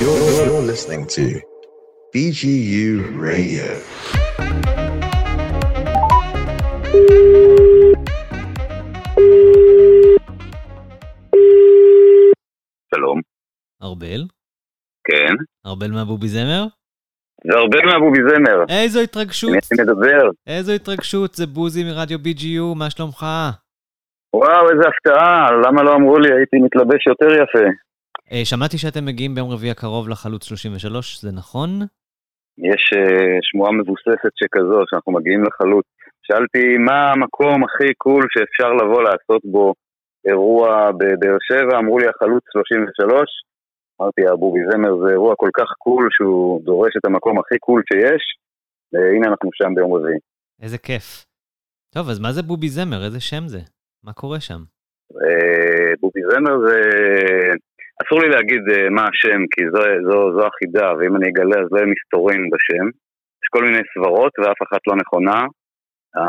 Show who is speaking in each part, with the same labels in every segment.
Speaker 1: You're, you're listening to BGU Radio.
Speaker 2: שלום.
Speaker 3: ארבל?
Speaker 2: כן.
Speaker 3: ארבל מהבובי זמר?
Speaker 2: זה הרבה מהבובי זמר.
Speaker 3: איזו התרגשות!
Speaker 2: מי אני מדבר?
Speaker 3: איזו התרגשות! זה בוזי מרדיו BGU, מה שלומך?
Speaker 2: וואו, איזה הפתעה, למה לא אמרו לי? הייתי מתלבש יותר יפה.
Speaker 3: אה, שמעתי שאתם מגיעים ביום רביעי הקרוב לחלוץ 33, זה נכון?
Speaker 2: יש אה, שמועה מבוססת שכזו, שאנחנו מגיעים לחלוץ. שאלתי, מה המקום הכי קול שאפשר לבוא לעשות בו אירוע בבאר שבע? אמרו לי, החלוץ 33. אמרתי, הבובי זמר זה אירוע כל כך קול שהוא דורש את המקום הכי קול שיש. והנה אנחנו שם ביום רביעי.
Speaker 3: איזה כיף. טוב, אז מה זה בובי זמר? איזה שם זה? מה קורה שם?
Speaker 2: אה, בובי זמר זה... אסור לי להגיד אה, מה השם, כי זו, זו, זו החידה, ואם אני אגלה אז לא יהיה מסתורין בשם. יש כל מיני סברות ואף אחת לא נכונה.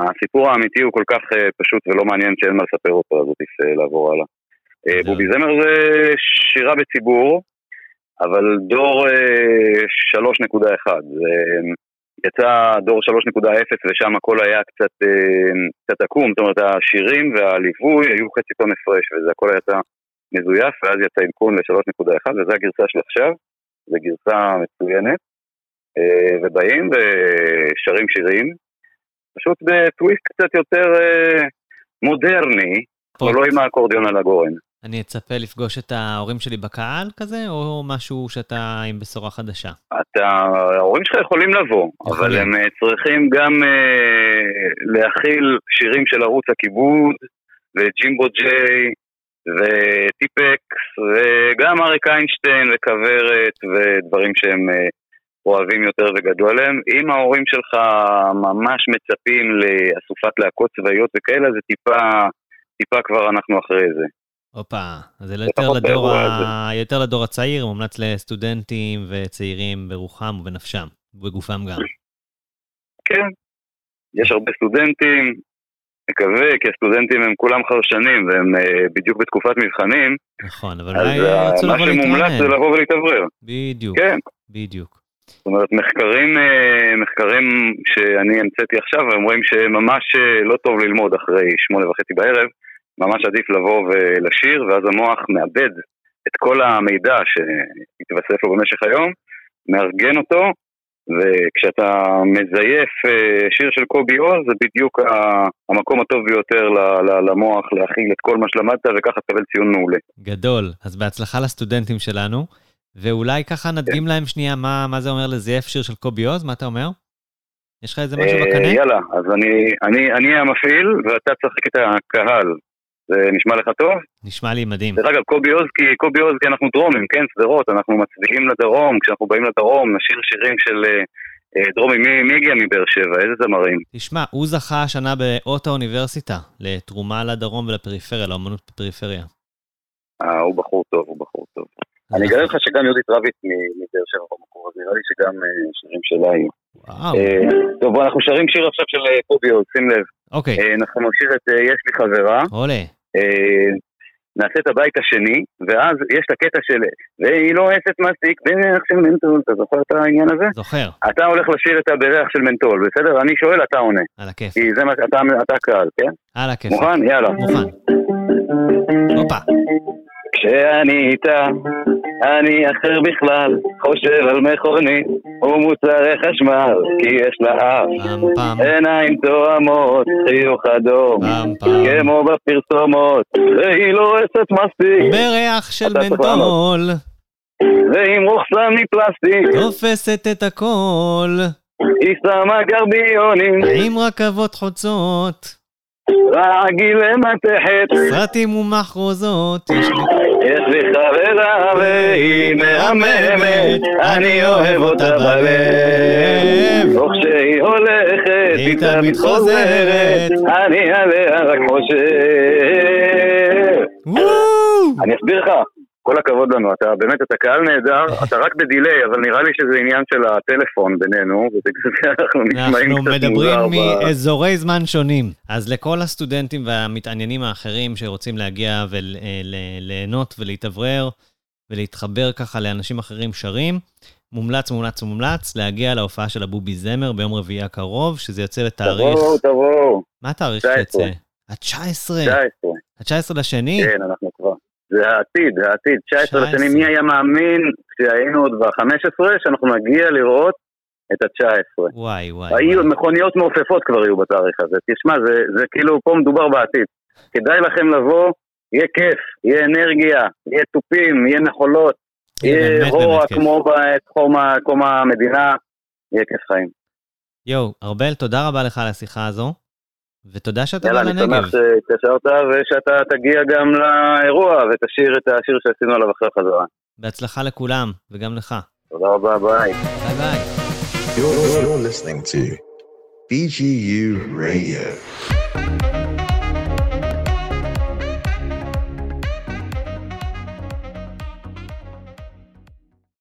Speaker 2: הסיפור האמיתי הוא כל כך אה, פשוט ולא מעניין שאין מה לספר אותו, אז עדיף אה, לעבור הלאה. אה,
Speaker 3: זהו.
Speaker 2: בובי זמר זה שירה בציבור, אבל דור אה, 3.1. אה, יצא דור 3.0 ושם הכל היה קצת, אה, קצת עקום, זאת אומרת השירים והליווי היו חצי טון הפרש וזה הכל יצא מזויף ואז יצא עדכון ל-3.1 וזו הגרסה של עכשיו, זו גרסה מצוינת אה, ובאים ושרים שירים פשוט בטוויסט קצת יותר אה, מודרני, אבל לא עם האקורדיון על הגורן.
Speaker 3: אני אצפה לפגוש את ההורים שלי בקהל כזה, או משהו שאתה עם בשורה חדשה?
Speaker 2: אתה, ההורים שלך יכולים לבוא, אבל
Speaker 3: יכולים.
Speaker 2: הם אה, צריכים גם אה, להכיל שירים של ערוץ הכיבוד, וג'ימבו ג'יי, וטיפקס, וגם אריק איינשטיין וכוורת, ודברים שהם אה, אוהבים יותר וגדלו עליהם. אם ההורים שלך ממש מצפים לאסופת להקות צבאיות וכאלה, זה טיפה, טיפה כבר אנחנו אחרי זה.
Speaker 3: הופה, אז זה
Speaker 2: לפחות
Speaker 3: יותר לדור,
Speaker 2: באירוע
Speaker 3: ה... יותר לדור הצעיר, מומלץ לסטודנטים וצעירים ברוחם ובנפשם, ובגופם גם.
Speaker 2: כן, יש הרבה סטודנטים, מקווה, כי הסטודנטים הם כולם חרשנים והם אה, בדיוק בתקופת מבחנים,
Speaker 3: נכון, אבל
Speaker 2: אז
Speaker 3: אולי
Speaker 2: אה,
Speaker 3: ירצו
Speaker 2: מה
Speaker 3: לבוא
Speaker 2: שמומלץ זה
Speaker 3: להתראיין.
Speaker 2: לבוא ולהתאוורר.
Speaker 3: בדיוק,
Speaker 2: כן,
Speaker 3: בדיוק.
Speaker 2: זאת אומרת, מחקרים, אה, מחקרים שאני המצאתי עכשיו, הם אומרים שממש אה, לא טוב ללמוד אחרי שמונה וחצי בערב, ממש עדיף לבוא ולשיר, ואז המוח מאבד את כל המידע שהתווסף לו במשך היום, מארגן אותו, וכשאתה מזייף אה, שיר של קובי עוז, זה בדיוק ה- המקום הטוב ביותר ל- ל- למוח להכיל את כל מה שלמדת, וככה תקבל ציון מעולה.
Speaker 3: גדול. אז בהצלחה לסטודנטים שלנו, ואולי ככה נדגים
Speaker 2: כן.
Speaker 3: להם שנייה מה, מה זה אומר לזייף שיר של קובי עוז, מה אתה אומר? יש לך איזה משהו
Speaker 2: אה,
Speaker 3: בקנה?
Speaker 2: יאללה, אז אני, אני, אני המפעיל ואתה תשחק את הקהל. זה נשמע לך טוב?
Speaker 3: נשמע לי מדהים.
Speaker 2: דרך אגב, קובי אוזקי, קובי אוזקי אנחנו דרומים, כן, שדרות, אנחנו מצדיעים לדרום, כשאנחנו באים לדרום נשיר שירים של אה, אה, דרומי, מי, מי הגיע מבאר שבע, איזה זמרים?
Speaker 3: תשמע, הוא זכה השנה באות האוניברסיטה, לתרומה לדרום ולפריפריה, לאמנות בפריפריה.
Speaker 2: אה, הוא בחור טוב, הוא בחור טוב.
Speaker 3: אה.
Speaker 2: אני אגלה לך שגם יהודית רביץ מ- מבאר שבע במקור הזה, נראה לי שגם אה, שירים שלה היו.
Speaker 3: וואו,
Speaker 2: אה, טוב, בוא, אנחנו שרים שיר עכשיו של אה, קובי אוז, שים לב.
Speaker 3: אוקיי,
Speaker 2: אה, אנחנו נשיר את אה, יש לי חברה.
Speaker 3: עולה.
Speaker 2: אה, נעשה את הבית השני, ואז יש את הקטע של והיא לועסת מספיק, בריח של מנטול, אתה זוכר את העניין הזה?
Speaker 3: זוכר,
Speaker 2: אתה הולך לשיר את הבריח של מנטול, בסדר? אני שואל, אתה עונה.
Speaker 3: על הכיף,
Speaker 2: כי זה מה שאתה, אתה הקהל, כן?
Speaker 3: על הכיף.
Speaker 2: אה, מוכן? יאללה.
Speaker 3: מוכן. הופה,
Speaker 2: כשאני איתה, אני אחר בכלל, חושב על מכונית ומוצרי חשמל, כי יש לה אף,
Speaker 3: פעם פעם,
Speaker 2: עיניים תואמות, חיוך אדום,
Speaker 3: פעם פעם.
Speaker 2: כמו בפרסומות, והיא לועסת מספיק.
Speaker 3: בריח של
Speaker 2: אתה צריך
Speaker 3: מנטול,
Speaker 2: ועם רוחסן מפלסטיק,
Speaker 3: תופסת את הכל,
Speaker 2: היא שמה גרביונים,
Speaker 3: עם רכבות חוצות,
Speaker 2: רעגיל למתכת,
Speaker 3: סרטים ומחרוזות, יש לי
Speaker 2: יש לי חברה והיא מהממת, אני אוהב אותה בלב, וכשהיא הולכת, היא תמיד חוזרת, אני עליה רק חושב.
Speaker 3: וואו!
Speaker 2: אני אסביר לך. כל הכבוד לנו, אתה באמת, אתה קהל נהדר, אתה רק בדיליי, אבל נראה לי שזה עניין של הטלפון בינינו, ובגלל זה אנחנו נשמעים
Speaker 3: אנחנו
Speaker 2: קצת מוזר.
Speaker 3: מדברים
Speaker 2: ב-
Speaker 3: מאזורי זמן שונים. אז לכל הסטודנטים והמתעניינים האחרים שרוצים להגיע וליהנות אה, ולהתאוורר, ולהתחבר ככה לאנשים אחרים שרים. מומלץ, מומלץ, מומלץ להגיע להופעה של הבובי זמר ביום רביעי הקרוב, שזה יוצא לתאריך...
Speaker 2: תבואו, תבואו,
Speaker 3: מה התאריך
Speaker 2: 19.
Speaker 3: שיוצא? ה-19,
Speaker 2: 19,
Speaker 3: ה-19 לשני?
Speaker 2: כן, אנחנו כבר. זה העתיד, העתיד, 19
Speaker 3: 19.
Speaker 2: לשנים, מי היה מאמין כשהיינו עוד ב-15, שאנחנו נגיע לראות את ה-19.
Speaker 3: וואי, וואי.
Speaker 2: היו,
Speaker 3: וואי.
Speaker 2: מכוניות מעופפות כבר יהיו בתאריך הזה. תשמע, זה, זה כאילו, פה מדובר בעתיד. כדאי לכם לבוא, יהיה כיף, יהיה אנרגיה, יהיה תופים, יהיה נחולות,
Speaker 3: כן,
Speaker 2: יהיה
Speaker 3: באמת,
Speaker 2: רוע
Speaker 3: באמת כיף.
Speaker 2: אה, כמו בתחום ה- כמו המדינה, יהיה כיף חיים.
Speaker 3: יואו, ארבל, תודה רבה לך על השיחה הזו, ותודה שאתה
Speaker 2: יאללה,
Speaker 3: בא
Speaker 2: אני
Speaker 3: לנגב.
Speaker 2: שמח שהתקשרת ושאתה תגיע גם לאירוע ותשאיר את השיר שעשינו עליו אחרי חזרה.
Speaker 3: בהצלחה לכולם, וגם לך.
Speaker 2: תודה רבה, ביי.
Speaker 3: ביי ביי.
Speaker 1: You're, you're listening to BGU Radio.